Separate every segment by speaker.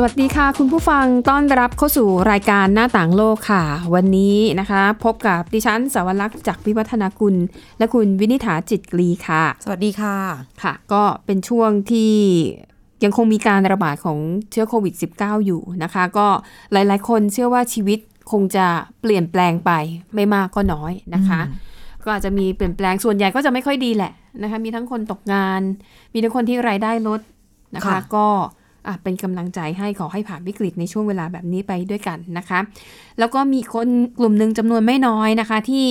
Speaker 1: สวัสดีค่ะ คุณผู้ฟังต้อนรับเข้าสู่รายการหน้าต่างโลกค่ะ วันนี้นะคะ พบกับดิฉันสาวรักษ์จากวิวัฒนาคุณ และคุณวินิษฐาจิตกรีค่ะ
Speaker 2: สวัสดีค่ะ
Speaker 1: ค่ะ ก็เป็นช่วงที่ยังคงมีการระบาดของเชื้อโควิด -19 อยู่นะคะ ก็หลายๆ คนเชื่อว่าชีวิตคงจะเปลี่ยนแปลงไปไม่มากก็น้อยนะคะ ก็อาจจะมีเปลี่ยนแปลงส่วนใหญ่ก็จะไม่ค่อยดีแหละนะคะ มีทั้งคนตกงาน มีทั้งคนที่รายได้ลดนะคะ
Speaker 2: ค่ะ
Speaker 1: ก็อ่ะเป็นกำลังใจให้ขอให้ผ่านวิกฤตในช่วงเวลาแบบนี้ไปด้วยกันนะคะ แล้วก็มีคนกลุ่มหนึ่งจำนวนไม่น้อยนะคะ ที่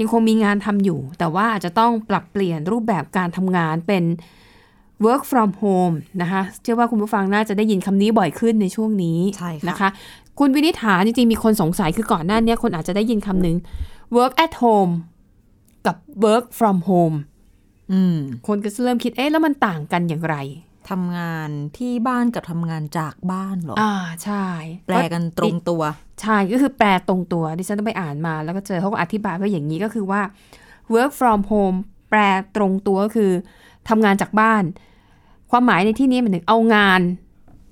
Speaker 1: ยังคงมีงานทำอยู่ แต่ว่าอาจจะต้องปรับเปลี่ยนรูปแบบการทำงานเป็น work from home นะคะเชื่อว่าคุณผู้ฟังน่าจะได้ยินคำนี้บ่อยขึ้นในช่วงนี้
Speaker 2: ใช่ค่ะ
Speaker 1: นะคะ คุณวินิษฐาจริงๆมีคนสงสัยคือก่อนหน้าเนี้ยคนอาจจะได้ยินคำหนึ่ง work at home กับ work from home
Speaker 2: อืม
Speaker 1: คนก็จะเริ่มคิดเอ๊ะแล้วมันต่างกันอย่างไร
Speaker 2: ทำงานที่บ้านกับทำงานจากบ้านเหรอ
Speaker 1: อ่าใช่
Speaker 2: แปลกันตรงตัว
Speaker 1: ใช่ก็คือแปลตรงตัวดิฉันต้องไปอ่านมา แล้วก็เจอเขาก็อธิบายไว่าอย่างนี้ก็คือว่า work from home แปลตรงตัวก็คือทำงานจากบ้าน ความหมายในที่นี้หมันถึงเอางาน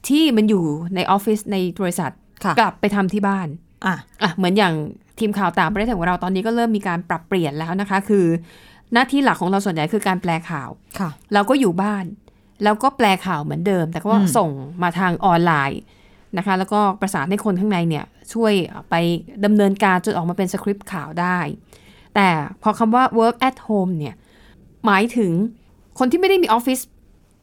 Speaker 1: ที่มันอยู่ในออฟฟิศในบริษัท
Speaker 2: ค่ะ
Speaker 1: กลับไปทำที่บ้าน
Speaker 2: อ่ะ
Speaker 1: อ่ะเหมือนอย่างทีมข่าวต่างประเทศของเราตอนนี้ก็เริ่มมีการปรับเปลี่ยนแล้วนะคะ คือ หน้าที่หลักของเราส่วนใหญ่คือการแปลข่าว
Speaker 2: ค่ะ
Speaker 1: เราก็อยู่บ้าน แล้วก็แปลข่าวเหมือนเดิม แต่ก็ว่า
Speaker 2: อืม
Speaker 1: ส่งมาทางออนไลน์นะคะ แล้วก็ประสานให้คนข้างในเนี่ย ช่วยไปดำเนินการจนออกมาเป็นสคริปต์ข่าวได้ แต่พอคำว่า work at home เนี่ย หมายถึงคนที่ไม่ได้มีออฟฟิศ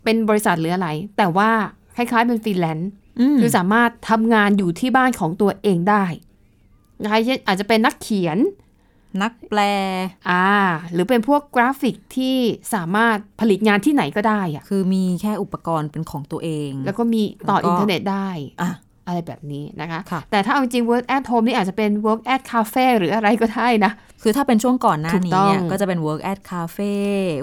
Speaker 1: เป็นบริษัทหรืออะไร แต่ว่าคล้ายๆเป็นฟรีแลนซ์
Speaker 2: อืม
Speaker 1: คือสามารถทำงานอยู่ที่บ้านของตัวเองได้นะคะเช่นอาจจะเป็นนักเขียน
Speaker 2: นักแปล
Speaker 1: อ่าหรือเป็นพวกกราฟิกที่สามารถผลิตงานที่ไหนก็ได้อะ
Speaker 2: คือมีแค่อุปกรณ์เป็นของตัวเอง
Speaker 1: แล้วก็มีต่อ
Speaker 2: แล้วก็
Speaker 1: อินเทอร์เน็ตได้
Speaker 2: อ่ะ
Speaker 1: อะไรแบบนี้นะคะ
Speaker 2: ค่ะ
Speaker 1: แต่ถ้าเอาจริง work at home นี่อาจจะเป็น work at cafe หรืออะไรก็ได้นะ
Speaker 2: คือถ้าเป็นช่วงก่อนหน้า
Speaker 1: ถูก
Speaker 2: นี้
Speaker 1: ต้อง
Speaker 2: เนี่ยก็จะเป็น work at cafe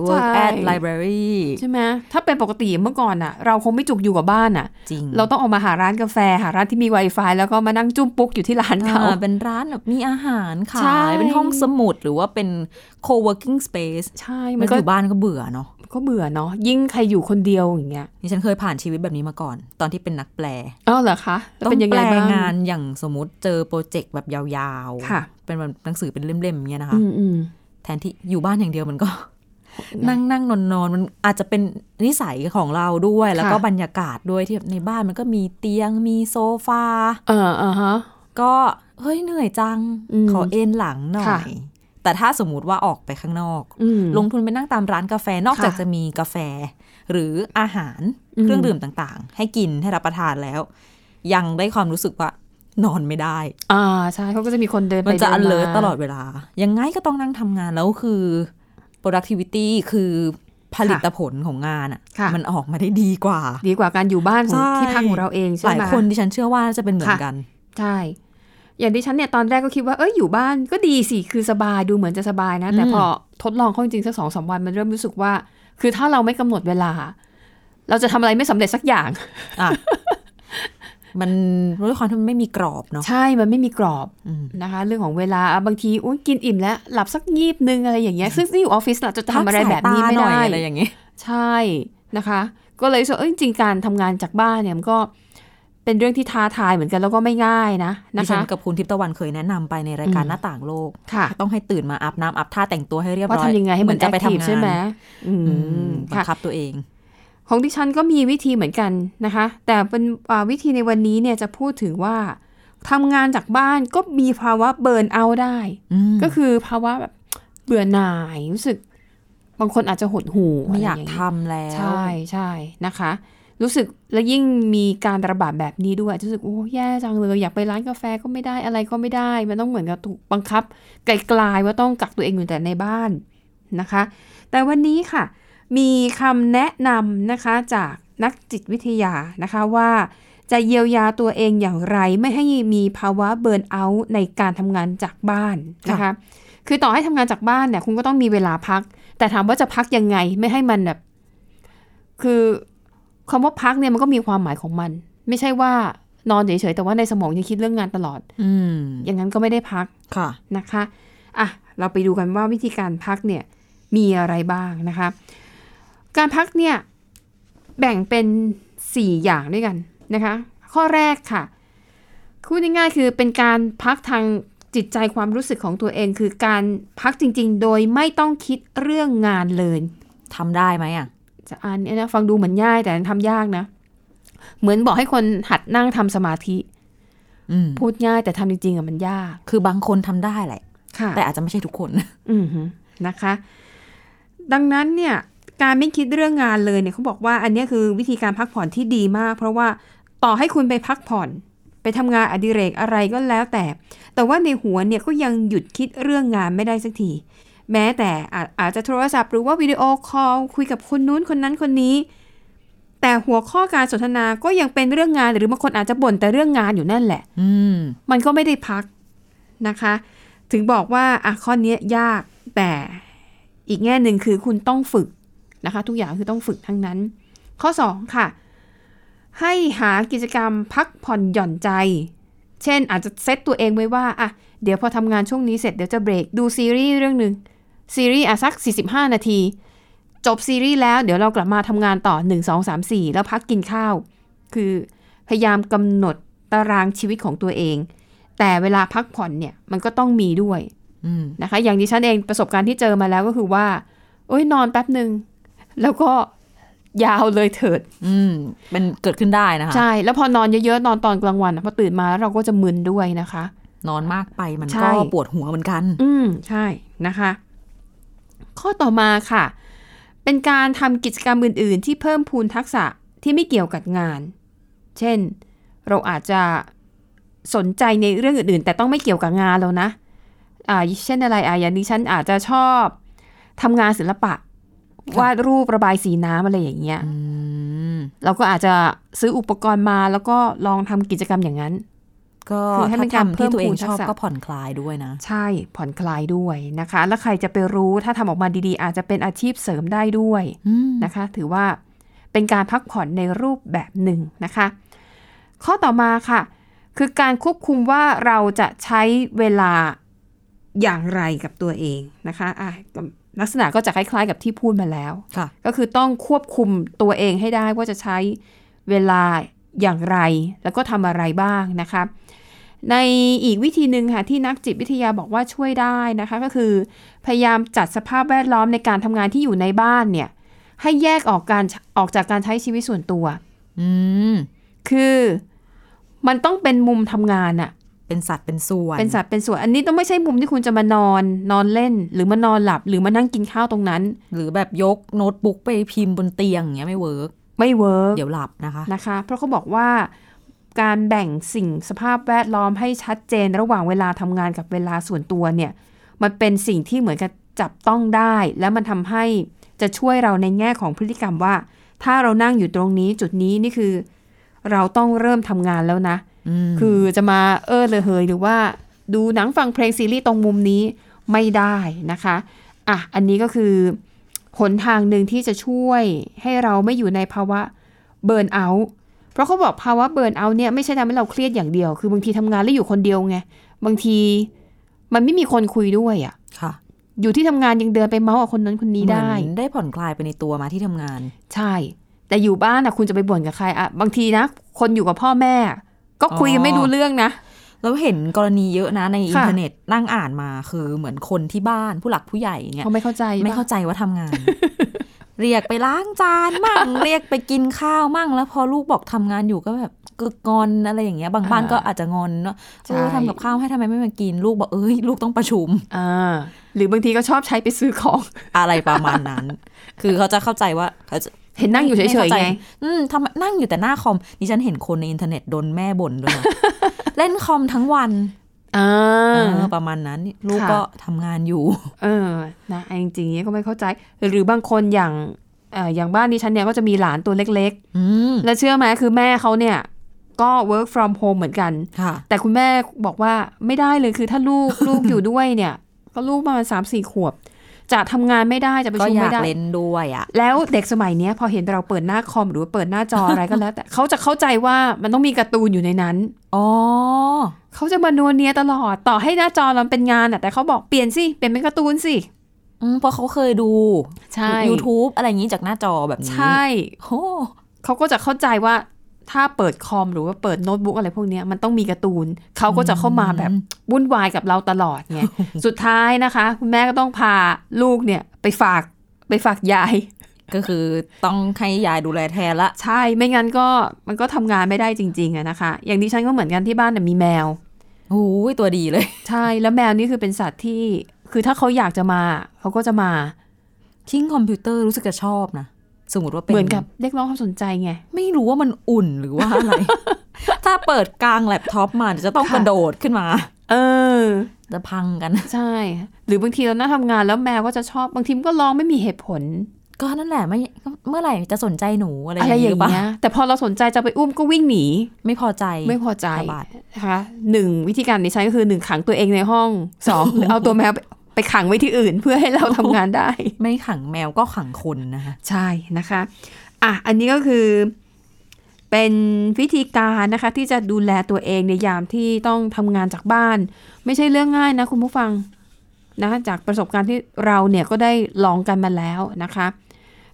Speaker 2: work
Speaker 1: ใช่
Speaker 2: at library
Speaker 1: ใช่ไหมถ้าเป็นปกติเมื่อก่อนอะเราคงไม่จุกอยู่กับบ้านอะ
Speaker 2: จริง
Speaker 1: เราต้องออกมาหาร้านกาแฟ หาร้านที่มี Wi-Fi แล้วก็มานั่งจุ้มปุ๊กอยู่ที่ร้านเขา
Speaker 2: อ่าเป็นร้านแบบมีอาหารขา
Speaker 1: ใช่
Speaker 2: ย เป็นห้องสมุดหรือว่าเป็น co-working space
Speaker 1: ใช่
Speaker 2: มั
Speaker 1: มัน นก็
Speaker 2: อยู่บ้านก็เบื่อเนาะ
Speaker 1: ก็เบื่อเนาะยิ่งใครอยู่คนเดียวอย่างเงี้ย
Speaker 2: นี่ฉันเคยผ่านชีวิตแบบนี้มาก่อน ตอนที่เป็นนักแปล
Speaker 1: อ้าวเหรอคะแล้ว
Speaker 2: ต้อง
Speaker 1: เป็นยัง
Speaker 2: แป
Speaker 1: ไง
Speaker 2: ล
Speaker 1: บ้าง
Speaker 2: งานอย่างสมมติเจอโปรเจกต์แบบยาว
Speaker 1: ค่ะ
Speaker 2: เป็นแบบหนังสือเป็นเล่มๆอย่างเงี้ยนะคะ
Speaker 1: อืมอืม
Speaker 2: แทนที่อยู่บ้านอย่างเดียวมันก็
Speaker 1: นะ
Speaker 2: นั่งนั่งนอนนอนมันอาจจะเป็นนิสัยของเราด้วย แล้วก็
Speaker 1: ค่ะ
Speaker 2: บรรยากาศด้วยที่แบบในบ้านมันก็มีเตียงมีโซฟา
Speaker 1: เอออ่าฮะ
Speaker 2: ก็เฮ้ยเหนื่อยจัง
Speaker 1: อืม
Speaker 2: ขอเอนหลังหน่อ
Speaker 1: ค่ะ
Speaker 2: ย แต่ถ้าสมมติว่าออกไปข้างนอก
Speaker 1: อืม
Speaker 2: ลงทุนไปนั่งตามร้านกาแฟนอก
Speaker 1: ค่ะ
Speaker 2: จากจะมีกาแฟ หรืออาหาร
Speaker 1: อืม
Speaker 2: เครื่องดื่มต่างๆ ให้กินให้รับประทานแล้ว ยังได้ความรู้สึกว่านอนไม่ได้
Speaker 1: อ่าใช่เขาก็จะมีคนเดินไป
Speaker 2: มันจะ
Speaker 1: ดิา
Speaker 2: alert ตลอดเวลา ยังไงก็ต้องนั่งทำงานแล้วคือ productivity คือผลิตผลของงานอ่ะ
Speaker 1: ค่ะ
Speaker 2: มันออกมาได้ดีกว่า
Speaker 1: ดีกว่าการอยู่บ้านขอ
Speaker 2: ใช่
Speaker 1: งที่พักของเราเองใช่
Speaker 2: ห
Speaker 1: ไหม
Speaker 2: ลายคนดิฉันเชื่อว่าจะเป็นเหมือน
Speaker 1: ค่ะ
Speaker 2: กัน
Speaker 1: ใช่ อย่างดิฉันเนี่ยตอนแรกก็คิดว่าเอ้ยอยู่บ้านก็ดีสิคือสบายดูเหมือนจะสบายนะ แต่
Speaker 2: อืม
Speaker 1: พอทดลองเข้าจริงๆสักสองสามวันมันเริ่มรู้สึกว่า คือถ้าเราไม่กำหนดเวลา เราจะทำอะไรไม่สำเร็จสักอย่าง
Speaker 2: อ่ะ มันด้วยความที่มันไม่มีกรอบเนาะ
Speaker 1: ใช่มันไม่มีกรอบ
Speaker 2: อืม
Speaker 1: นะคะ เรื่องของเวลาอ่ะบางทีอุ๊ยกินอิ่มแล้ว หลับสักงีบนึงอะไรอย่างเงี้ยซึ่งที่อยู่ออฟฟิศล่ะจะทำอะไรแบบนี้ไม่
Speaker 2: พักสายตาห
Speaker 1: ได้
Speaker 2: อยอะไรอย่างเงี้ย
Speaker 1: ใช่นะคะ ก็เลยรู้สึกว่าเอ้ยจริงๆการทำงานจากบ้านเนี่ยมันก็เป็นเรื่องที่ท้าทายเหมือนกันแล้วก็ไม่ง่ายนะนะ
Speaker 2: ดิฉั
Speaker 1: คะ
Speaker 2: นกับคุณทิพย์ตะวันเคยแนะนำไปในรายการ
Speaker 1: อืม
Speaker 2: หน้าต่างโลก
Speaker 1: ค่ะ
Speaker 2: ต้องให้ตื่นมาอาบน้ำอาบท่าแต่งตัวให้เรียบร้
Speaker 1: ว่า
Speaker 2: อย
Speaker 1: ทำยังไงให้มัน
Speaker 2: จะไป
Speaker 1: แอคทีฟ
Speaker 2: ทำงาน
Speaker 1: ใช่ไหมอื
Speaker 2: อื
Speaker 1: ม
Speaker 2: มบัง
Speaker 1: ค่ะ
Speaker 2: คับตัวเอง
Speaker 1: ของดิฉันก็มีวิธีเหมือนกันนะคะ แต่เป็นอ่าวิธีในวันนี้เนี่ยจะพูดถึงว่าทำงานจากบ้านก็มีภาวะเบิร์นเอาท์ได้
Speaker 2: อืม
Speaker 1: ก็คือภาวะแบบเบื่อหน่าย รู้สึก บางคนอาจจะหดหู่
Speaker 2: ไม่อยา
Speaker 1: ะ
Speaker 2: ก
Speaker 1: รงเงี้
Speaker 2: ทำแล้ว
Speaker 1: ใช่ใช่นะคะ รู้สึกแล้วยิ่งมีการระบาดแบบนี้ด้วยรู้สึกโอ้แย่จังเลย อยากไปร้านกาแฟก็ไม่ได้อะไรก็ไม่ได้ มันต้องเหมือนกับถูกบังคับไกลๆว่าต้องกักตัวเองอยู่แต่ในบ้านนะคะ แต่วันนี้ค่ะ มีคำแนะนำนะคะจากนักจิตวิทยานะคะว่า จะเยียวยาตัวเองอย่างไรไม่ให้มีภาวะเบิร์นเอาท์ในการทำงานจากบ้านนะคะ
Speaker 2: ค่ะ
Speaker 1: คือต่อให้ทำงานจากบ้านเนี่ยคุณก็ต้องมีเวลาพัก แต่ถามว่าจะพักยังไงไม่ให้มันแบบ คือ คำว่าพักเนี่ยมันก็มีความหมายของมัน ไม่ใช่ว่านอนเฉยๆแต่ว่าในสมองยังคิดเรื่องงานตลอด
Speaker 2: อืม
Speaker 1: อย่างนั้นก็ไม่ได้พัก
Speaker 2: ค่ะ
Speaker 1: นะคะอ่ะเราไปดูกันว่าวิธีการพักเนี่ยมีอะไรบ้างนะคะ การพักเนี่ยแบ่งเป็น 4 อย่างด้วยกันนะคะ ข้อแรกค่ะพูดง่ายๆคือเป็นการพักทางจิตใจความรู้สึกของตัวเอง คือการพักจริงๆ โดยไม่ต้องคิดเรื่องงานเลย
Speaker 2: ทำได้ไหมอ่ะ
Speaker 1: จะอันเนี้ยนะฟังดูเหมือนง่ายแต่ทำยากนะ เหมือนบอกให้คนหัดนั่งทำสมาธิ
Speaker 2: อืม
Speaker 1: พูดง่ายแต่ทำจริงๆอะมันยาก
Speaker 2: คือบางคนทำได้แหละ
Speaker 1: ค่ะ
Speaker 2: แต่อาจจะไม่ใช่ทุกคน
Speaker 1: อือหือนะคะ ดังนั้นเนี่ยการไม่คิดเรื่องงานเลยเนี่ยเขาบอกว่าอันเนี้ยคือวิธีการพักผ่อนที่ดีมาก เพราะว่าต่อให้คุณไปพักผ่อน ไปทำงานอดิเรกอะไรก็แล้วแต่ แต่ว่าในหัวเนี่ยก็ยังหยุดคิดเรื่องงานไม่ได้สักที แม้แต่อาจอาจจะโทรศัพท์หรือว่าวิดีโอคอลคุยกับคนนู้นคนนั้นคนนี้ แต่หัวข้อการสนทนาก็ยังเป็นเรื่องงานหรือบางคนอาจจะบ่นแต่เรื่องงานอยู่นั่นแหละ
Speaker 2: อืม
Speaker 1: มันก็ไม่ได้พักนะคะ ถึงบอกว่าอ่ะข้อเนี้ยยากแต่อีกแง่หนึ่งคือคุณต้องฝึกนะคะ ทุกอย่างคือต้องฝึกทั้งนั้น ข้อ 2 ค่ะ ให้หากิจกรรมพักผ่อนหย่อนใจ เช่นอาจจะเซตตัวเองไว้ว่าอ่ะเดี๋ยวพอทำงานช่วงนี้เสร็จเดี๋ยวจะเบรกดูซีรีส์เรื่องหนึ่งซีรีส์อ่ะสัก 45 นาที จบซีรีส์แล้วเดี๋ยวเรากลับมาทำงานต่อ 1 2 3 4 แล้วพักกินข้าว คือพยายามกำหนดตารางชีวิตของตัวเอง แต่เวลาพักผ่อนเนี่ยมันก็ต้องมีด้วย
Speaker 2: อืม
Speaker 1: นะคะ อย่างดิฉันเองประสบการณ์ที่เจอมาแล้วก็คือว่าโอ้ยนอนแป๊บหนึ่งแล้วก็ยาวเลยเถิด
Speaker 2: อืม เป็นเกิดขึ้นได้นะคะ
Speaker 1: ใช่ แล้วพอนอนเยอะๆ นอนตอนกลางวันอะพอตื่นมาเราก็จะมึนด้วยนะคะ
Speaker 2: นอนมากไปมัน
Speaker 1: ใช่
Speaker 2: ก็ปวดหัวเหมือนกัน
Speaker 1: อืม ใช่นะคะ ข้อต่อมาค่ะ เป็นการทำกิจกรรมอื่น ๆ ที่เพิ่มพูนทักษะที่ไม่เกี่ยวกับงาน เช่น เราอาจจะสนใจในเรื่องอื่น ๆ แต่ต้องไม่เกี่ยวกับงานแล้วนะ อ่า เช่นอะไรอ่ะอย่างนี้ฉันอาจจะชอบทำงานศิลปะ
Speaker 2: ค่ะ
Speaker 1: วาดรูประบายสีน้ำอะไรอย่างเงี้ย
Speaker 2: อืม
Speaker 1: เราก็อาจจะซื้ออุปกรณ์มาแล้วก็ลองทำกิจกรรมอย่างนั้น
Speaker 2: ก็
Speaker 1: คือให้
Speaker 2: ถ้า
Speaker 1: เป็นการ
Speaker 2: ทำ
Speaker 1: เพิ่
Speaker 2: ที่
Speaker 1: ม
Speaker 2: ตัวเอ
Speaker 1: พู
Speaker 2: ง
Speaker 1: นทั
Speaker 2: ช
Speaker 1: ก
Speaker 2: อบ
Speaker 1: ษะ
Speaker 2: ก็ผ่อนคลายด้วยนะ
Speaker 1: ใช่ผ่อนคลายด้วยนะคะ แล้วใครจะไปรู้ถ้าทำออกมาดีๆ อาจจะเป็นอาชีพเสริมได้ด้วย
Speaker 2: อืม
Speaker 1: นะคะ ถือว่าเป็นการพักผ่อนในรูปแบบหนึ่งนะคะ ข้อต่อมาค่ะ คือการควบคุมว่าเราจะใช้เวลาอย่างไรกับตัวเองนะคะอ่ะก็ลักษณะก็จะคล้ายๆ กับที่พูดมาแล้ว
Speaker 2: ค่ะ
Speaker 1: ก็คือต้องควบคุมตัวเองให้ได้ว่าจะใช้เวลาอย่างไร แล้วก็ทำอะไรบ้างนะคะ ในอีกวิธีหนึ่งค่ะที่นักจิตวิทยาบอกว่าช่วยได้นะคะ ก็คือ พยายามจัดสภาพแวดล้อมในการทำงานที่อยู่ในบ้านเนี่ย ให้แยกออกการออกจากการใช้ชีวิตส่วนตัว
Speaker 2: อืม
Speaker 1: คือมันต้องเป็นมุมทำงานอะ
Speaker 2: เป็นสัตว์เป็นส่วน
Speaker 1: เป็นสัตว์เป็นส่วนอันนี้ต้องไม่ใช่มุมที่คุณจะมานอน นอนเล่น หรือมานอนหลับ หรือมานั่งกินข้าวตรงนั้น
Speaker 2: หรือแบบยกโน้ตบุ๊กไปพิมพ์บนเตียงอย่างเงี้ยไม่เวิร์ก
Speaker 1: ไม่เวิร์ก
Speaker 2: เดี๋ยวหลับนะคะ
Speaker 1: นะคะ เพราะเขาบอกว่าการแบ่งสิ่งสภาพแวดล้อมให้ชัดเจนระหว่างเวลาทำงานกับเวลาส่วนตัวเนี่ย มันเป็นสิ่งที่เหมือนกับจับต้องได้ และมันทำให้จะช่วยเราในแง่ของพฤติกรรมว่า ถ้าเรานั่งอยู่ตรงนี้จุดนี้นี่คือ เราต้องเริ่มทำงานแล้วนะ
Speaker 2: อืม
Speaker 1: คือจะมาเออเลยเฮยหรือว่าดูหนังฟังเพลงซีรีส์ตรงมุมนี้ไม่ได้นะคะ อ่ะ อันนี้ก็คือหนทางหนึ่งที่จะช่วยให้เราไม่อยู่ในภาวะเบิร์นเอาท์เพราะเขาบอกภาวะเบิร์นเอาท์เนี่ยไม่ใช่ทำให้เราเครียดอย่างเดียว คือบางทีทำงานแล้วอยู่คนเดียวไง บางทีมันไม่มีคนคุยด้วยอะ่ะ
Speaker 2: ค่ะ
Speaker 1: อยู่ที่ทำงานยังเดินไปเมาส์กับคนนั้นคนนี้ได้
Speaker 2: เหมือนได้ผ่อนคลายไปในตัวมาที่ทำงาน
Speaker 1: ใช่ แต่อยู่บ้านนะคุณจะไปบ่นกับใครอะบางทีนะ คนอยู่กับพ่อแม่ ก็คุยกันไม่รู้เรื่องนะ
Speaker 2: แล้วเห็นกรณีเยอะนะในอิน
Speaker 1: ค่ะ
Speaker 2: เทอร์เน็ตนั่งอ่านมาคือเหมือนคนที่บ้านผู้หลักผู้ใหญ่เนี่ย
Speaker 1: เขาไม่เข้าใจ
Speaker 2: ไม่
Speaker 1: ปะ
Speaker 2: เข้าใจว่าทำงาน เรียกไปล้างจานมั่ ง เรียกไปกินข้าวมั่ง แล้วพอลูกบอกทำงานอยู่ก็แบบกึกงอนอะไรอย่างเงี้ย บางบ้าน
Speaker 1: อ่า
Speaker 2: ก็อาจจะงอนเนาะ
Speaker 1: ใช่
Speaker 2: เออทำกับข้าวให้ทำไมไม่มากิน ลูกบอกเอ้ยลูกต้องประชุม
Speaker 1: อ่าหรือบางทีก็ชอบใช้ไปซื้อของ
Speaker 2: อะไรประมาณ นั้น คือเขาจะเข้าใจว่าเขาจะ
Speaker 1: เห็นนั่งอยู่เฉ
Speaker 2: ม่ข้าย
Speaker 1: ๆ
Speaker 2: ใจ
Speaker 1: ไง
Speaker 2: อืมทำไมนั่งอยู่แต่หน้าคอมดิฉันเห็นคนในอินเทอร์เน็ตโดนแม่บ่น ด้วยนะ เล่นคอมทั้งวัน
Speaker 1: อ่
Speaker 2: เ
Speaker 1: า
Speaker 2: ออประมาณนั้น ลูก
Speaker 1: ค่ะ
Speaker 2: ก็ทำงานอยู่
Speaker 1: เออนะไอ้จริงๆเนี้ยก็ไม่เข้าใจ หรือบางคนอย่างเอ่ออย่างบ้านดิฉันเนี่ยก็จะมีหลานตัวเล็ก
Speaker 2: อืม
Speaker 1: ๆ แล้วเชื่อไหมคือแม่เขาเนี่ย ก็ work from home เหมือนกัน
Speaker 2: ค่ะ
Speaker 1: แต่คุณแม่บอกว่าไม่ได้เลยคือถ้าลูก ลูกอยู่ด้วยเนี่ย ก็ลูกประมาณสามสี่ขวบ จะทำงานไม่ได้จะประ
Speaker 2: ก็
Speaker 1: ชุม
Speaker 2: อยา
Speaker 1: ไม่
Speaker 2: ก
Speaker 1: ได้
Speaker 2: เล่นด้วยอ่ะ
Speaker 1: แล้วเด็กสมัยเนี้ยพอเห็นเราเปิดหน้าคอมหรือว่าเปิดหน้าจออะไรก็แล้ว แต่ เขาจะเข้าใจว่ามันต้องมีการ์ตูนอยู่ในนั้น
Speaker 2: อ๋อ
Speaker 1: เขาจะมานัวเนียตลอดต่อให้หน้าจอเราเป็นงานอะแต่เขาบอกเปลี่ยนสิเปลี่ยนเป็นการ์ตูนสิ
Speaker 2: อืมเพราะเขาเคยดู
Speaker 1: ยูทูบ
Speaker 2: YouTube อะไรอย่างนี้จากหน้าจอแบบนี้
Speaker 1: ใช่
Speaker 2: โอ้
Speaker 1: เขาก็จะเข้าใจว่าถ้าเปิดคอมหรือว่าเปิดโน้ตบุ๊กอะไรพวกเนี้ยมันต้องมีการ์ตูนเขาก็จะเข้ามาแบบวุ่นวายกับเราตลอดไงสุดท้ายนะคะคุณแม่ก็ต้องพาลูกเนี่ยไปฝากไปฝากยาย
Speaker 2: ก็คือต้องให้ยายดูแลแทนละ
Speaker 1: ใช่ไม่งั้นก็มันก็ทำงานไม่ได้จริงๆอะนะคะ อย่างดิฉันก็เหมือนกันที่บ้านน่ะมีแมว
Speaker 2: โอ้ยตัวดีเลย
Speaker 1: ใช่แล้วแมวนี่คือเป็นสัตว์ที่ คือถ้าเขาอยากจะมาเขาก็จะมา
Speaker 2: คิงคอมพิวเตอร์รู้สึกจะชอบนะ สมมติว่าเป็น
Speaker 1: เหมือนกับเรียกร้องความสนใจไง
Speaker 2: ไม่รู้ว่ามันอุ่นหรือว่าอะไร ถ้าเปิดกลางแล็ปท็อปมาเดี๋ยวจะต้อง
Speaker 1: ค่ะ
Speaker 2: กระโดดขึ้นมา
Speaker 1: เออ
Speaker 2: จะพังกัน
Speaker 1: ใช่ หรือบางทีเรานั่งทำงานแล้วแมวก็จะชอบบางทีมันก็ร้องไม่มีเหตุผล
Speaker 2: ก็นั่นแหละไม่ก็เมื่อไหร่จะสนใจหนูอะไรอ
Speaker 1: อะไร
Speaker 2: ย่าง
Speaker 1: อ
Speaker 2: นี้
Speaker 1: ย่า
Speaker 2: หรื
Speaker 1: ง
Speaker 2: อเปล่า
Speaker 1: เงี้ยแต่พอเราสนใจจะไปอุ้มก็วิ่งหนี
Speaker 2: ไม่พอใจ
Speaker 1: ไม่พอใจ
Speaker 2: พยาบาท
Speaker 1: นะคะหนึ่งวิธีการดิฉันก็คือหนึ่งขังตัวเองในห้องสองหรือเอาตัวแมวไปไปขังไว้ที่อื่นเพื่อให้เราทำงานได้
Speaker 2: ไม่ขังแมวก็ขังคนนะคะ
Speaker 1: ใช่นะคะ อ่ะ อันนี้ก็คือเป็นวิธีการนะคะ ที่จะดูแลตัวเองในยามที่ต้องทำงานจากบ้าน ไม่ใช่เรื่องง่ายนะคุณผู้ฟังนะจากประสบการณ์ที่เราเนี่ยก็ได้ลองกันมาแล้วนะคะ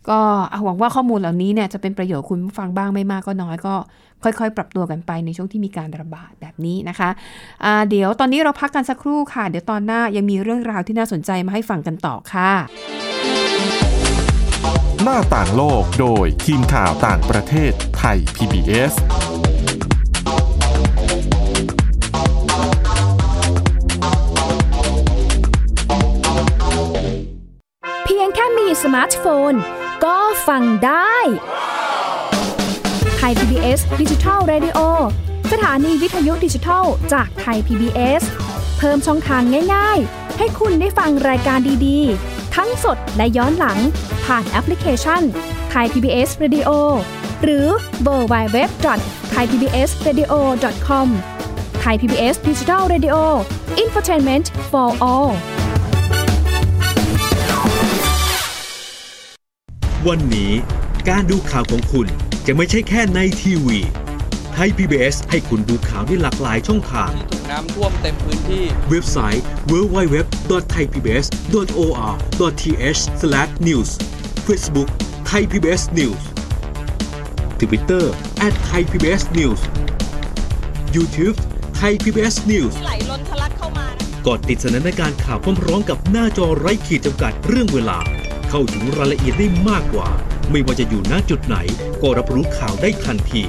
Speaker 1: ก็หวังว่าข้อมูลเหล่านี้เนี่ยจะเป็นประโยชน์คุณผู้ฟังบ้างไม่มากก็น้อยก็ค่อยๆ ปรับตัวกันไปในช่วงที่มีการระบาดแบบนี้นะคะอ่าเดี๋ยวตอนนี้เราพักกันสักครู่ค่ะ เดี๋ยวตอนหน้ายังมีเรื่องราวที่น่าสนใจมาให้ฟังกันต่อค่ะ
Speaker 3: หน้าต่างโลกโดยทีมข่าวต่างประเทศไทย PBS
Speaker 4: เพียงแค่มีสมาร์ทโฟน ก็ฟังได้ไทย PBS ดิจิทัล Radio สถานีวิทยุดิจิทัลจากไทย PBS เพิ่มช่องทางง่าย ๆ ให้คุณได้ฟังรายการดีๆ ทั้งสดและย้อนหลัง ผ่านแอปพลิเคชันไทย PBS Radio หรือเวอร์ไบเว็บไทยพีบีเอสเรดิโอคอมไทยพีบีเอสดิจิทัลเรดิโออินฟอร์ทนเมนต์ for all
Speaker 5: วันนี้การดูข่าวของคุณจะไม่ใช่แค่ในทีวีไทย PBS ให้คุณดูข่าวได้หลากหลายช่องทาง
Speaker 6: ที่ถูกน้ำท่วมเต็มพื้นที่
Speaker 5: เว็บไซต์ www.thaipbs.or.th/news Facebook Thai PBS News Twitter @thaipbsnews YouTube Thai PBS News
Speaker 7: ไหลล้นทะลักเข้ามา
Speaker 5: กดติดสนันในการข่าวพร้อมร้องกับหน้าจอไร้ขีดจำกัดเรื่องเวลา เข้าถึงรายละเอียดได้มากกว่า ไม่ว่าจะอยู่ณจุดไหน ก็รับรู้ข่าวได้ทันที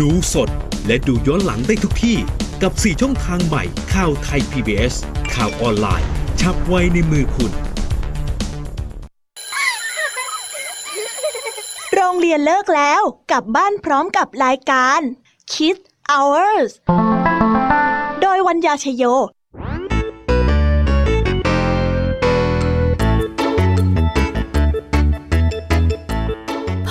Speaker 5: ดูสดและดูย้อนหลังได้ทุกที่ กับ 4 ช่องทางใหม่ ข่าวไทย PBS ข่าวออนไลน์ ชับไว้ในมือคุณ
Speaker 7: โรงเรียนเลิกแล้ว กลับบ้านพร้อมกับรายการ Kids Hours โดยวัญญาชยโย
Speaker 8: พ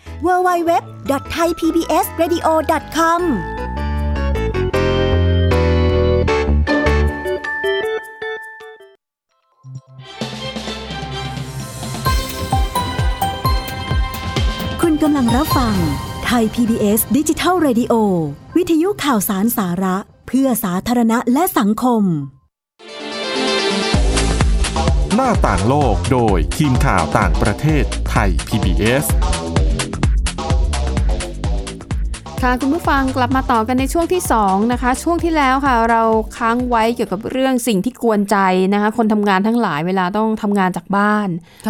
Speaker 8: www.thaipbsradio.com คุณกำลังรับฟังไทย PBS ดิจิทัล Radio วิทยุข่าวสารสาระ เพื่อสาธารณะและสังคม
Speaker 3: หน้าต่างโลกโดยทีมข่าวต่างประเทศไทย PBS
Speaker 1: ค่ะคุณผู้ฟังกลับมาต่อกันในช่วงที่ 2 นะคะ ช่วงที่แล้วค่ะ เราค้างไว้เกี่ยวกับเรื่องสิ่งที่กวนใจนะคะ คนทำงานทั้งหลายเวลาต้องทำงานจากบ้าน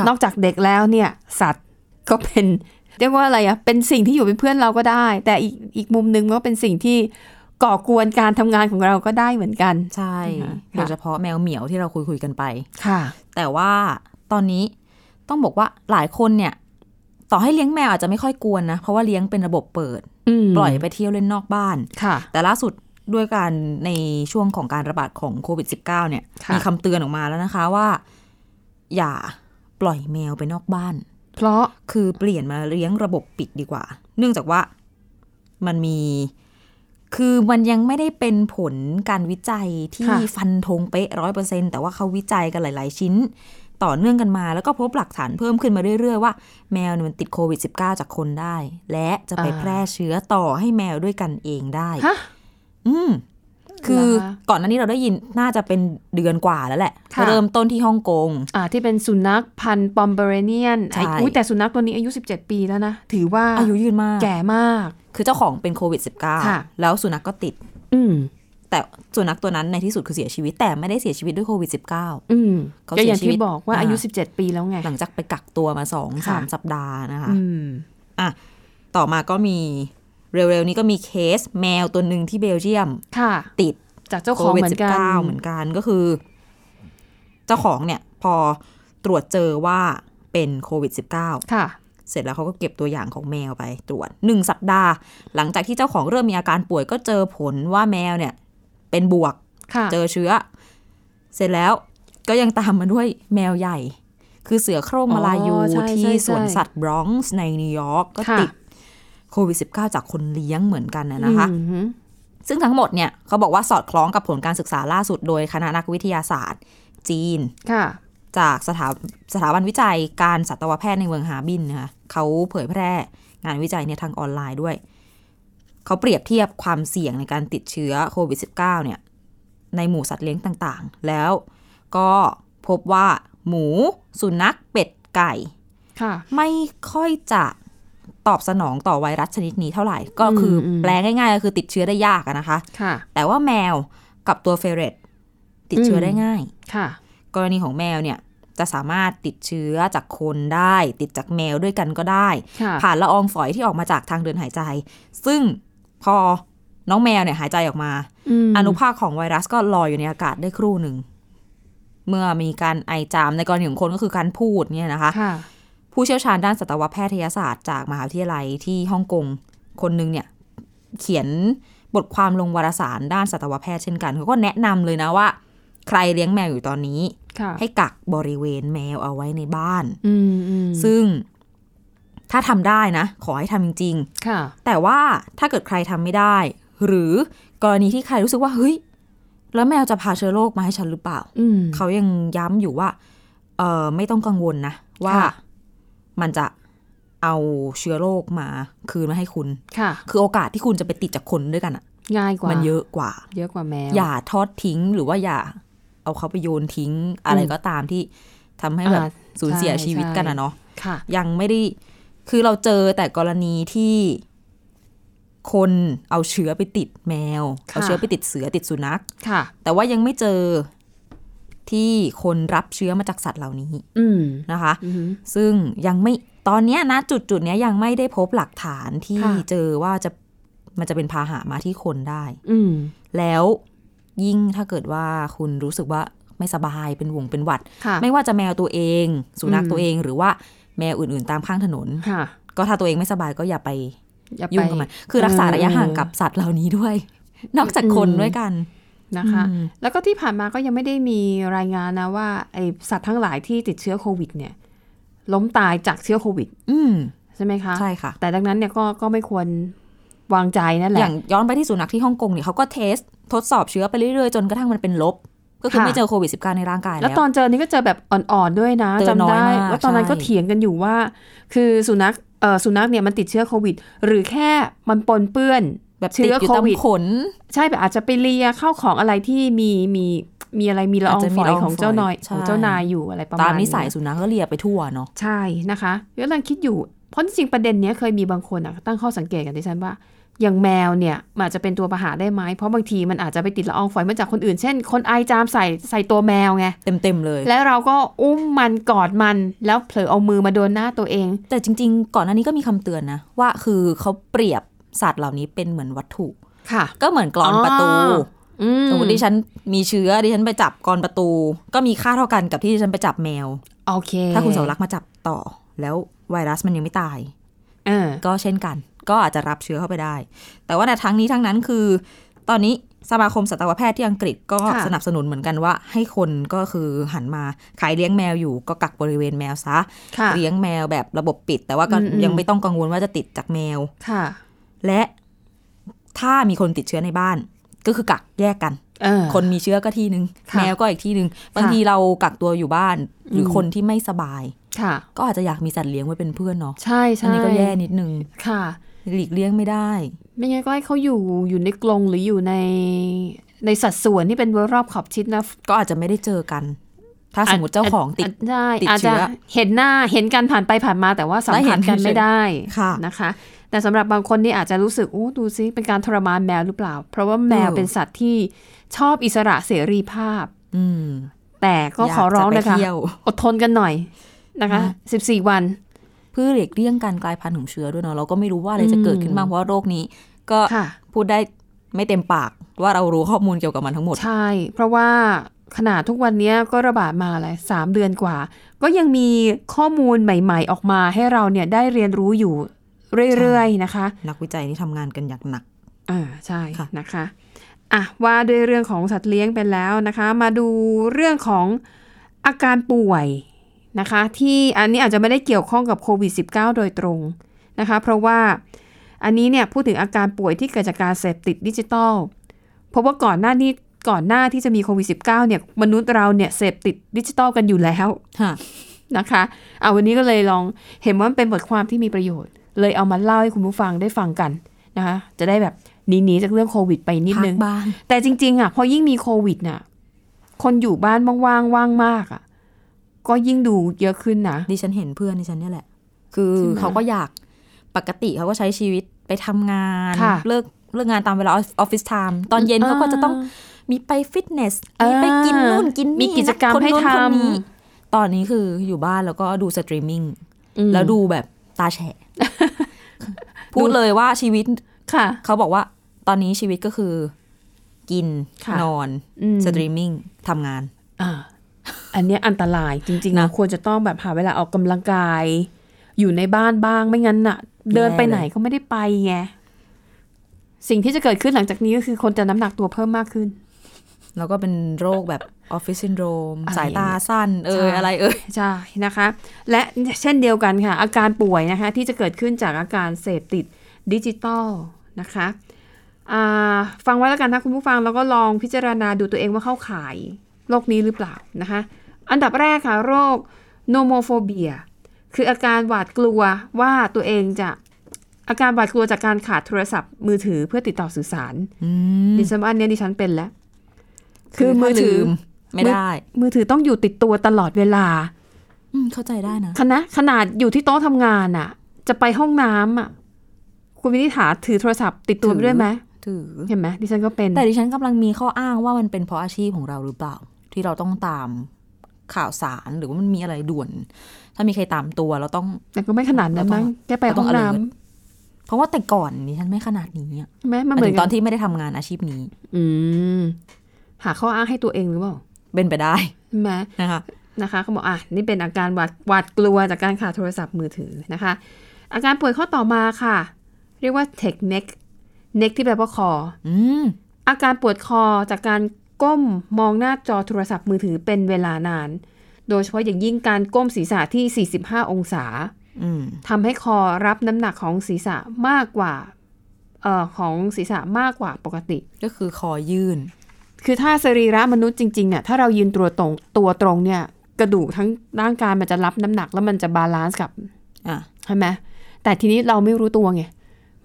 Speaker 1: นอกจากเด็กแล้วเนี่ย สัตว์ก็เป็น เรียกว่าอะไรอะเป็นสิ่งที่อยู่เป็นเพื่อนเราก็ได้ แต่อีกอีกมุมหนึงมันก็เป็นสิ่งที่ก่อกวนการทำงานของเราก็ได้เหมือนกัน
Speaker 2: ใช่
Speaker 1: ค่ะ
Speaker 2: โดยเฉพาะแมวเหมียวที่เราคุยคุยๆกันไป
Speaker 1: ค่ะ
Speaker 2: แต่ว่าตอนนี้ ต้องบอกว่าหลายคนเนี่ย ต่อให้เลี้ยงแมวอาจจะไม่ค่อยกวนนะ เพราะว่าเลี้ยงเป็นระบบเปิด
Speaker 1: ม
Speaker 2: ปล่อยไปเที่ยวเล่นนอกบ้าน
Speaker 1: ค่ะ
Speaker 2: แต่ล่าสุดด้วยการในช่วงของการระบาดของโควิด -19 เนี่ย
Speaker 1: ค่ะ
Speaker 2: มีคำเตือนออกมาแล้วนะคะว่า อย่าปล่อยแมวไปนอกบ้าน
Speaker 1: เพราะ
Speaker 2: คือเปลี่ยนมาเลี้ยงระบบปิดดีกว่า เนื่องจากว่ามันมี คือมันยังไม่ได้เป็นผลการวิจัยที่ฟันธงเป๊ะร้อยเปอร์เซ็นแต่ว่าเขาวิจัยกันหลาย ๆ ชิ้น ต่อเนื่องกันมา แล้วก็พบหลักฐานเพิ่มขึ้นมาเรื่อย ๆ ว่า แมวเนี่ยมันติดโควิด -19 จากคนได้ และจะไปแพร่เชื้อต่อให้แมวด้วยกันเองได้
Speaker 1: ฮะ
Speaker 2: อืม คือ
Speaker 1: เหรอคะ
Speaker 2: ก่อนหน้านี้เราได้ยินน่าจะเป็นเดือนกว่าแล้วแหละ
Speaker 1: ค่ะ
Speaker 2: เริ่มต้นที่ฮ่องกง
Speaker 1: อ่าที่เป็นสุนัขพันธุ์ปอมเบอเรเนียน
Speaker 2: ใช่
Speaker 1: อุ้ยแต่สุนัขตัวนี้อายุ 17 ปีแล้วนะ ถือว่า
Speaker 2: อายุยืนมาก
Speaker 1: แก่มาก
Speaker 2: คือเจ้าของเป็นโควิด
Speaker 1: ค่ะ
Speaker 2: -19 แล้วสุนัขกก็ติด
Speaker 1: อืม
Speaker 2: แต่สุนัขตัวนั้นในที่สุดคือเสียชีวิตแต่ไม่ได้เสียชีวิตด้วยโควิด -19
Speaker 1: อืม
Speaker 2: เขา
Speaker 1: ก็อย่าง
Speaker 2: เสียชีวิ
Speaker 1: ที่
Speaker 2: ต
Speaker 1: บอกว่าอายุ
Speaker 2: อ่า
Speaker 1: 17 ปีแล้วไง
Speaker 2: หลังจากไปกักตัวมาสองสาม
Speaker 1: ค่ะ
Speaker 2: สัปดาห์นะคะ
Speaker 1: อืม
Speaker 2: ต่อมาก็มีเร็วๆนี้ก็มีเคสแมวตัวหนึ่งที่เบลเยียม
Speaker 1: ค่ะ
Speaker 2: ติด
Speaker 1: จากเจ้าข
Speaker 2: โค
Speaker 1: อง
Speaker 2: วิด
Speaker 1: เหมือนกัน
Speaker 2: 19เหมือนกันก็คือ เจ้าของเนี่ย พอตรวจเจอว่าเป็นโควิด -19
Speaker 1: ค่ะ
Speaker 2: เสร็จแล้วเขาก็เก็บตัวอย่างของแมวไปตรวจ 1 สัปดาห์ หลังจากที่เจ้าของเริ่มมีอาการป่วยก็เจอผลว่าแมวเนี่ย เป็นบวก
Speaker 1: ค่ะ
Speaker 2: เจอเชื้อ เสร็จแล้วก็ยังตามมาด้วยแมวใหญ่ คือเสือโคร่งมาลายู
Speaker 1: อ๋อใช่
Speaker 2: ที่
Speaker 1: ใช่
Speaker 2: สวน
Speaker 1: ใช่
Speaker 2: สัตว์บรอนซ์ในนิวยอร์กก็
Speaker 1: ค่ะ
Speaker 2: ติดโควิด -19 จากคนเลี้ยงเหมือนกันนะนะคะ
Speaker 1: อืม
Speaker 2: ซึ่งทั้งหมดเนี่ยเขาบอกว่าสอดคล้องกับผลการศึกษาล่าสุดโดยคณะนักวิทยาศาสตร์ จีน
Speaker 1: ค่ะ
Speaker 2: จากสถาสถาบันวิจัยการสัตวแพทย์ในเมืองฮาร์บินนะคะเขาเผยแพร่งานวิจัยเนี่ยทางออนไลน์ด้วย เขาเปรียบเทียบความเสี่ยงในการติดเชื้อโควิด -19 เนี่ยในหมูสัตว์เลี้ยงต่างๆ แล้วก็พบว่าหมู สุนัขเป็ดไก่
Speaker 1: ค่ะ
Speaker 2: ไม่ค่อยจะตอบสนองต่อไวรัสชนิดนี้เท่าไหร่ ก็คืออ
Speaker 1: มอืม
Speaker 2: แปลง่ายๆก็คือติดเชื้อได้ยากอะนะคะ
Speaker 1: ค่ะ
Speaker 2: แต่ว่าแมวกับตัวเฟเรตติดเชื้อได้ง่าย
Speaker 1: ค่ะ
Speaker 2: กรณีของแมวเนี่ยจะสามารถติดเชื้อจากคนได้ ติดจากแมวด้วยกันก็ได้
Speaker 1: ค่ะ
Speaker 2: ผ่านละอองฝอยที่ออกมาจากทางเดินหายใจ ซึ่งพอน้องแมวเนี่ยหายใจออกมา อนุภาคของไวรัสก็ลอยอยู่ในอากาศได้ครู่หนึ่ง เมื่อมีการไอจามในกรณีของคนก็คือการพูดเนี่ยนะคะ
Speaker 1: ค่ะ
Speaker 2: ผู้เชี่ยวชาญด้านสัตวแพทยศาสตร์จากมหาวิทยาลัยที่ฮ่องกงคนหนึ่งเนี่ย เขียนบทความลงวารสารด้านสัตวแพทย์เช่นกันเขาก็แนะนำเลยนะว่า ใครเลี้ยงแมวอยู่ตอนนี้
Speaker 1: ค่ะ
Speaker 2: ให้กักบริเวณแมวเอาไว้ในบ้าน
Speaker 1: อืมอืม
Speaker 2: ซึ่งถ้าทำได้นะ ขอให้ทำจริง
Speaker 1: ค่ะ
Speaker 2: ๆ แต่ว่าถ้าเกิดใครทำไม่ได้ หรือกรณีที่ใครรู้สึกว่าเฮ้ย แล้วแมวจะพาเชื้อโรคมาให้ฉันหรือเปล่า
Speaker 1: อืม
Speaker 2: เขายังย้ำอยู่ว่าเออไม่ต้องกังวลนะ ว่า
Speaker 1: ค่ะ
Speaker 2: มันจะเอาเชื้อโรคมาคืนมาให้คุณ
Speaker 1: ค่ะ
Speaker 2: คือโอกาสที่คุณจะไปติดจากคนด้วยกันอะ
Speaker 1: ง่ายกว่า
Speaker 2: มั
Speaker 1: มัน
Speaker 2: เยอะกว่า
Speaker 1: เยอะกว่าแมว
Speaker 2: อย่าทอดทิ้งหรือว่าอย่าเอาเขาไปโยนทิ้งอะไร
Speaker 1: อืม
Speaker 2: ก็ตามที่ทำให้แบบ
Speaker 1: อ่า
Speaker 2: สูญเสีย
Speaker 1: ใช่
Speaker 2: ชีวิตกันอะเนาะ
Speaker 1: ค่ะ
Speaker 2: ยังไม่ได้คือเราเจอแต่กรณีที่คนเอาเชื้อไปติดแมว เอาเชื้อไปติดเสือติดสุนัข
Speaker 1: ค่ะ
Speaker 2: แต่ว่ายังไม่เจอที่คนรับเชื้อมาจากสัตว์เหล่านี้
Speaker 1: อืม
Speaker 2: นะคะ
Speaker 1: อือหือ
Speaker 2: ซึ่งยังไม่ตอนเนี้ยนะจุดจุดๆเนี้ยยังไม่ได้พบหลักฐานที่
Speaker 1: ค่ะ
Speaker 2: เจอว่าจะมันจะเป็นพาหะมาที่คนได้
Speaker 1: อืม
Speaker 2: แล้วยิ่งถ้าเกิดว่าคุณรู้สึกว่าไม่สบายเป็นหวงเป็นหวัด
Speaker 1: ค่ะ
Speaker 2: ไม่ว่าจะแมวตัวเอง สุนัข
Speaker 1: อืม
Speaker 2: ตัวเองหรือว่าแมวอื่นๆ ตามข้างถนน
Speaker 1: ค่ะ
Speaker 2: ก็ถ้าตัวเองไม่สบายก็อย่าไป
Speaker 1: อย่าไป
Speaker 2: ยุ่งกับมันคือรักษาระยะห่างกับสัตว์เหล่านี้ด้วย นอกจากคน
Speaker 1: อืม
Speaker 2: ด้วยกัน
Speaker 1: นะคะ
Speaker 2: อืม
Speaker 1: แล้วก็ที่ผ่านมาก็ยังไม่ได้มีรายงานนะว่าไอสัตว์ทั้งหลายที่ติดเชื้อโควิด เนี่ย ล้มตายจากเชื้อโควิด
Speaker 2: อืม
Speaker 1: ใช่ไหมคะ
Speaker 2: ใช่ค่ะ
Speaker 1: แต่ดังนั้นเนี่ยก็ก็ไม่ควรวางใจนั่นแห
Speaker 2: อ
Speaker 1: ละ
Speaker 2: ย่างย้อนไปที่สุนัขที่ฮ่องกงเนี่ยเขาก็เทส ทดสอบเชื้อไปเรื่อยๆ จนกระทั่งมันเป็นลบ ก็คือ
Speaker 1: ค่ะ
Speaker 2: ไม่เจอโควิด -19 ในร่างกาย
Speaker 1: แล้
Speaker 2: แล้ว ว
Speaker 1: ตอนเจอนี่ก็เจอแบบอ่อนๆด้วยนะ
Speaker 2: เจอ
Speaker 1: จำ
Speaker 2: น้อย
Speaker 1: ได้
Speaker 2: มาก
Speaker 1: ว่าตอนนั้น
Speaker 2: ใช่
Speaker 1: ก็เถียงกันอยู่ว่า คือสุนัขเอ่อสุนัขเนี่ยมันติดเชื้อโควิด หรือแค่มันปนเปื้อน
Speaker 2: แบบติด
Speaker 1: เชื้อ
Speaker 2: อยู่
Speaker 1: โค
Speaker 2: ตาม
Speaker 1: วิด
Speaker 2: ขน
Speaker 1: ใช่แบบอาจจะไปเลียเข้าของอะไรที่มีมีมีอะไรมีละออ
Speaker 2: อา
Speaker 1: ง
Speaker 2: จจะมี
Speaker 1: ฝอย
Speaker 2: ละออง
Speaker 1: ของเจ้า
Speaker 2: ฝอย
Speaker 1: นอย
Speaker 2: ใช่
Speaker 1: ของเจ้านายอยู่อะไรประมาณ
Speaker 2: ตามนิสัย
Speaker 1: เย
Speaker 2: สุนัขก็เลียไปทั่วเนาะ
Speaker 1: ใช่นะคะเดี๋ยวกำลังคิดอยู่เพราะจริงๆประเด็นเนี้ยเคยมีบางคนอะตั้งข้อสังเกตกับดิฉันว่า อย่างแมวเนี่ยมันอาจจะเป็นตัวประหารได้ไหมเพราะบางทีมันอาจจะไปติดละอองฝอยมาจากคนอื่น เช่น คนไอจามใส่ใส่ตัวแมวไง
Speaker 2: เต็มๆเลย
Speaker 1: แล้วเราก็อุ้มมันกอดมันแล้วเผลอเอามือมาโดนหน้าตัวเอง
Speaker 2: แต่จริงๆ ก่อนหน้านี้ก็มีคำเตือนนะ ว่าคือเขาเปรียบสัตว์เหล่านี้เป็นเหมือนวัตถุ
Speaker 1: ค่ะ
Speaker 2: ก็เหมือนกรอน
Speaker 1: อ๋อ
Speaker 2: ประตู
Speaker 1: อืม
Speaker 2: สมมติดิฉันมีเชื้อดิฉันไปจับกรอนประตู ก็มีค่าเท่ากันกับที่ดิฉันไปจับแมว
Speaker 1: โอเค
Speaker 2: ถ้าคุณเสาวรักษ์มาจับ ต่อ แล้วไวรัสมันยังไม่ตาย
Speaker 1: อ่า
Speaker 2: ก็เช่นกัน ก็อาจจะรับเชื้อเข้าไปได้ แต่ว่าในทั้งนี้ทั้งนั้นคือ ตอนนี้สมาคมสัตวแพทย์ที่อังกฤษก็
Speaker 1: ค่ะ
Speaker 2: สนับสนุนเหมือนกันว่า ให้คนก็คือหันมาขายเลี้ยงแมวอยู่ ก็กักบริเวณแมวซะ
Speaker 1: ค่ะ
Speaker 2: เลี้ยงแมวแบบระบบปิด แต่ว่าก็
Speaker 1: อืมๆ
Speaker 2: ยังไม่ต้องกังวลว่าจะติดจากแมว
Speaker 1: ค่ะ
Speaker 2: และถ้ามีคนติดเชื้อในบ้าน ก็คือกักแยกกัน
Speaker 1: เออ
Speaker 2: คนมีเชื้อก็ที่หนึ่ง
Speaker 1: ค่ะ
Speaker 2: แมวก็อีกที่หนึ่งบางทีเรากักตัวอยู่บ้าน หรืออ
Speaker 1: ม
Speaker 2: คนที่ไม่สบาย
Speaker 1: ค่ะ
Speaker 2: ก็อาจจะอยากมีสัตว์เลี้ยงไว้เป็นเพื่อนเนาะ
Speaker 1: ใช่
Speaker 2: อั
Speaker 1: ใช่
Speaker 2: นนี้ก็แย่นิดนึง
Speaker 1: ค่ะ
Speaker 2: หลีกเลี่ยงไม่ได้
Speaker 1: ไม่งั้นก็ให้เขาอยู่อยู่ในกรงหรืออยู่ในในสัดส่วนที่เป็นรอบขอบชิดนะ
Speaker 2: ก็อาจจะไม่ได้เจอกัน ถ้าสมมติเจ้าของติด
Speaker 1: จได้
Speaker 2: ติด
Speaker 1: อาจ
Speaker 2: เชื้
Speaker 1: จะ
Speaker 2: อ
Speaker 1: เห็นหน้าเห็นกันผ่านไปผ่านมาแต่ว่าสัม
Speaker 2: และเห็
Speaker 1: ผัส
Speaker 2: น
Speaker 1: กันไม่ได้
Speaker 2: ค่ะ
Speaker 1: นะคะ แต่สำหรับบางคนนี่อาจจะรู้สึกโอ้ดูซิเป็นการทรมานแมวหรือเปล่า เพราะว่าแมวเป็นสัตว์ที่ชอบอิสระเสรีภาพ
Speaker 2: อืม
Speaker 1: แต่ก็ขอร้อง
Speaker 2: ยา
Speaker 1: นะ
Speaker 2: กจไป
Speaker 1: คะ
Speaker 2: เที่ยว
Speaker 1: อดทนกันหน่อยนะคะ
Speaker 2: นะ
Speaker 1: 14 วัน
Speaker 2: เพื่อหลีกเลี่ยงการกลายพันธุ์ของเชื้อด้วยเนาะเราก็ไม่รู้ว่าอะไรจะเกิดขึ้นบ้างเพราะว่าโรคนี้ ก็
Speaker 1: ค่ะ
Speaker 2: พูดได้ไม่เต็มปากว่าเรารู้ข้อมูลเกี่ยวกับมันทั้งหมด
Speaker 1: ใช่ เพราะว่าขนาดทุกวันเนี้ยก็ระบาดมาอะไรสามเดือนกว่า ก็ยังมีข้อมูลใหม่ ๆ ออกมาให้เราเนี่ยได้เรียนรู้อยู่เรื่อยๆนะคะ
Speaker 2: นักวิจัยนี่ทำงานกันอย่างหนัก
Speaker 1: อ่าใช่
Speaker 2: ค่ะ
Speaker 1: นะคะอ่ะว่าด้วยเรื่องของสัตว์เลี้ยงไปแล้วนะคะ มาดูเรื่องของอาการป่วยนะคะ ที่อันนี้อาจจะไม่ได้เกี่ยวข้องกับโควิด -19 โดยตรงนะคะ เพราะว่าอันนี้เนี่ยพูดถึงอาการป่วยที่เกิดจากการเสพติดดิจิทัลเพราะว่าก่อนหน้านี้ก่อนหน้าที่จะมีโควิด -19 เนี่ยมนุษย์เราเนี่ยเสพติดดิจิทัลกันอยู่แล้ว
Speaker 2: ค่ะ
Speaker 1: นะคะเอาวันนี้ก็เลยลองเห็นว่ามันเป็นบทความที่มีประโยชน์ เลยเอามาเล่าให้คุณผู้ฟังได้ฟังกันนะคะ จะได้แบบหนีๆจากเรื่องโควิดไปนิดนึง
Speaker 2: พักบ้าง
Speaker 1: แต่จริง ๆ อ่ะ พอยิ่งมีโควิดน่ะ คนอยู่บ้านว่างๆว่างมากอ่ะ ก็ยิ่งดูเยอะขึ้นนะ
Speaker 2: ดิฉันเห็นเพื่อนดิฉันเนี่ยแหละ คือ
Speaker 1: ใช่ไหม
Speaker 2: เขาก็อยากปกติเขาก็ใช้ชีวิตไปทำงาน
Speaker 1: ค่ะ
Speaker 2: เลิกเลิกงานตามเวลาออฟฟิศไทม์ตอนเย็น
Speaker 1: อ่า
Speaker 2: เขาก็จะต้องมีไปฟิตเนส
Speaker 1: อ่ามี
Speaker 2: ไปกินนู่นกินนี่
Speaker 1: มีกิจกรรม
Speaker 2: นัคนนู้น
Speaker 1: ให้ทำ
Speaker 2: คนนี้ตอนนี้คืออยู่บ้านแล้วก็ดูสตรีมมิ่ง
Speaker 1: อืม
Speaker 2: แล้วดูแบบตาแฉ ะ พูดเลยว่าชีวิต
Speaker 1: ค่ะ
Speaker 2: เขาบอกว่าตอนนี้ชีวิตก็คือ กิน
Speaker 1: ค่ะ
Speaker 2: นอน
Speaker 1: อืม
Speaker 2: สตรีมมิ่งทำงาน
Speaker 1: อ่าอันเนี้ยอันตรายจริงๆนะ
Speaker 2: นะ
Speaker 1: ควรจะต้องแบบหาเวลาออกกำลังกาย อยู่ในบ้านบ้างไม่งั้นน่ะ เดินไปไหน
Speaker 2: แย่เลย
Speaker 1: ก็ไม่ได้ไปไงสิ่งที่จะเกิดขึ้นหลังจากนี้ก็คือคนจะน้ำหนักตัวเพิ่มมากขึ้น
Speaker 2: แล้วก็เป็นโรคแบบออฟฟิศซินโดรม
Speaker 1: อะไร
Speaker 2: สายตาสั้น เอ่ย
Speaker 1: ใช่
Speaker 2: อะไรเอ่ย
Speaker 1: ใช่นะคะ และเช่นเดียวกันค่ะ อาการป่วยนะคะ ที่จะเกิดขึ้นจากอาการเสพติดดิจิตอลนะคะอ่าฟังไว้แล้วกันนะคุณผู้ฟังแล้วก็ลองพิจารณาดูตัวเองว่าเข้าข่ายโรคนี้หรือเปล่านะคะ อันดับแรกค่ะ โรคโนโมโฟเบีย คืออาการหวาดกลัวว่าตัวเองจะอาการหวาดกลัวจากการขาดโทรศัพท์มือถือเพื่อติดต่อสื่อสารดิฉันว่าอันเนี้ยดิฉันเป็นแล้ว คือมือถือ
Speaker 2: ไม่ได้
Speaker 1: มือถือต้องอยู่ติดตัวตลอดเวลา
Speaker 2: อืมเข้าใจได้นะ
Speaker 1: คณะขนาดอยู่ที่โต๊ะทำงานอ่ะ จะไปห้องน้ำอ่ะ คุณวินิษฐาถือโทรศัพท์ติดตัวไปด้วยไหม
Speaker 2: ถือ
Speaker 1: เห็นไหมดิฉันก็เป็น
Speaker 2: แต่ดิฉันกำลังมีข้ออ้างว่ามันเป็นเพราะอาชีพของเราหรือเปล่า ที่เราต้องตามข่าวสารหรือว่ามันมีอะไรด่วน ถ้ามีใครตามตัวเราต้อง
Speaker 1: แต่ก็ไม่ขนาดนั้นมั้งแกไปห้องน้
Speaker 2: เพราะว่าแต่ก่อนดิฉันไม่ขนาดนี้อะ
Speaker 1: ำแม้มัน
Speaker 2: ห
Speaker 1: เห
Speaker 2: มาย
Speaker 1: มือ
Speaker 2: ถึ
Speaker 1: น
Speaker 2: งต
Speaker 1: กั
Speaker 2: อน นที่ไม่ได้ทำงานอาชีพนี้
Speaker 1: อืมหาข้ออ้างให้ตัวเองหรือเปล่า
Speaker 2: เป็นไปได้
Speaker 1: ใช่ไหม
Speaker 2: นะคะ
Speaker 1: นะคะเขาบอกอ่ะนี่เป็นอาการหวาดหวาดกลัวจากการขาดโทรศัพท์มือถือนะคะ อาการป่วยข้อต่อมาค่ะ เรียกว่า tech neck neck ที่แปลว่าคอ
Speaker 2: อืม
Speaker 1: อาการปวดคอจากการก้มมองหน้าจอโทรศัพท์มือถือเป็นเวลานาน โดยเฉพาะอย่างยิ่งการก้มศีรษะที่ 45 องศา
Speaker 2: อืม
Speaker 1: ทำให้คอรับน้ำหนักของศีรษะมากกว่าเอ่อของศีรษะมากกว่าปกติ
Speaker 2: ก็คือคอยื่น
Speaker 1: คือถ้าสรีระมนุษย์จริงๆเนี่ยถ้าเรายืนตัวตรงตัวตรงเนี่ย กระดูกทั้งร่างกายมันจะรับน้ำหนักแล้วมันจะบาลานซ์กับ
Speaker 2: อ่ะ
Speaker 1: ใช่ไหมแต่ทีนี้เราไม่รู้ตัวไง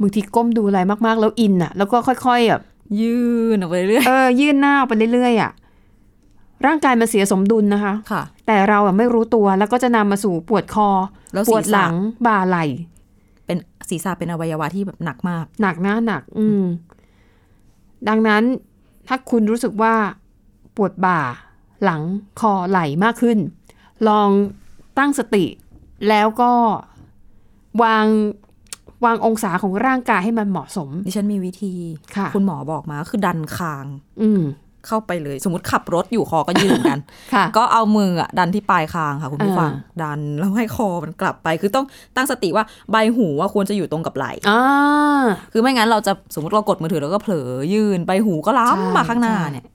Speaker 1: บางทีก้มดูอะไรมากๆ แล้วอินอะแล้วก็ค่อยๆแบบ
Speaker 2: ยื่นออกไปเรื่อย
Speaker 1: เออยื่นหน้าออกไปเรื่อยๆอะร่างกายมันเสียสมดุลนะคะ
Speaker 2: ค่ะ
Speaker 1: แต่เราอะไม่รู้ตัวแล้วก็จะนำมาสู่ปวดคอ
Speaker 2: แล้ว
Speaker 1: ป
Speaker 2: ศี
Speaker 1: ว
Speaker 2: ร
Speaker 1: ด
Speaker 2: ษะ
Speaker 1: หลังบ่าไหล่
Speaker 2: เป็นศีรษะเป็นอวัยวะที่แบบหนักมาก
Speaker 1: หนักนะหนัก อืม ดังนั้นถ้าคุณรู้สึกว่าปวดบ่า หลังคอไหล่มากขึ้น ลองตั้งสติ แล้วก็วางวางองศาของร่างกายให้มันเหมาะสม
Speaker 2: ดิฉันมีวิธี
Speaker 1: ค่ะ
Speaker 2: คุณหมอบอกมาก็คือดันคาง
Speaker 1: อืม
Speaker 2: เข้าไปเลย สมมติขับรถอยู่คอก็ยืนกัน
Speaker 1: ค่ะ
Speaker 2: ก็เอามืออะดันที่ปลายคางค่ะคุณผู้ฟัง
Speaker 1: อ่
Speaker 2: ดันแล้วให้คอมันกลับไป คือต้องตั้งสติว่าใบหูว่าควรจะอยู่ตรงกับไหล่
Speaker 1: อ่า
Speaker 2: คือไม่งั้นเราจะสมมติเรากดมือถือแล้วก็เผลอยืนใบหูก็ล้ำมาข้างหน้าเนี่ย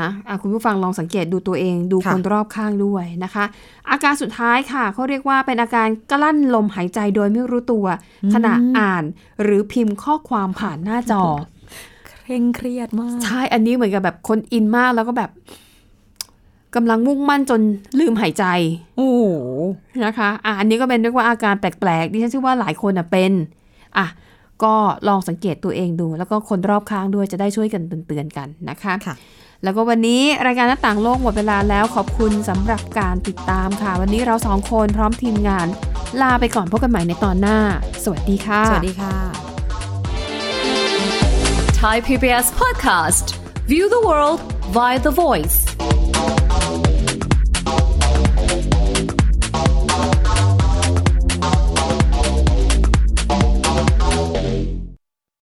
Speaker 1: นะอ่ะคุณผู้ฟังลองสังเกตดูตัวเองดู
Speaker 2: ค่ะ
Speaker 1: คนรอบข้างด้วยนะคะ อาการสุดท้ายค่ะเขาเรียกว่าเป็นอาการกลั้นลมหายใจโดยไม่รู้ตัว ขณะอ่านหรือพิมพ์ข้อความผ่านหน้าจอ
Speaker 2: เคร่งเครียดมาก
Speaker 1: ใช่ อันนี้เหมือนกับแบบคนอินมากแล้วก็แบบกำลังมุ่งมั่นจนลืมหายใจ
Speaker 2: โอ้โห
Speaker 1: นะคะอ่ะอันนี้ก็เป็นเรียกว่าอาการแปลกๆดิฉันเชื่อว่าหลายคนอ่ะเป็นอ่ะก็ลองสังเกตตัวเองดู แล้วก็คนรอบข้างด้วยจะได้ช่วยกันเตือนๆกันนะคะ
Speaker 2: ค่ะ
Speaker 1: แล้วก็วันนี้รายการหน้าต่างโลกหมดเวลาแล้วขอบคุณสำหรับการติดตามค่ะ วันนี้เราสองคนพร้อมทีมงาน ลาไปก่อนพบกันใหม่ในตอนหน้า สวัสดีค่ะ
Speaker 2: สวัสดีค่ะ
Speaker 9: Thai PBS podcast. View the world via the voice.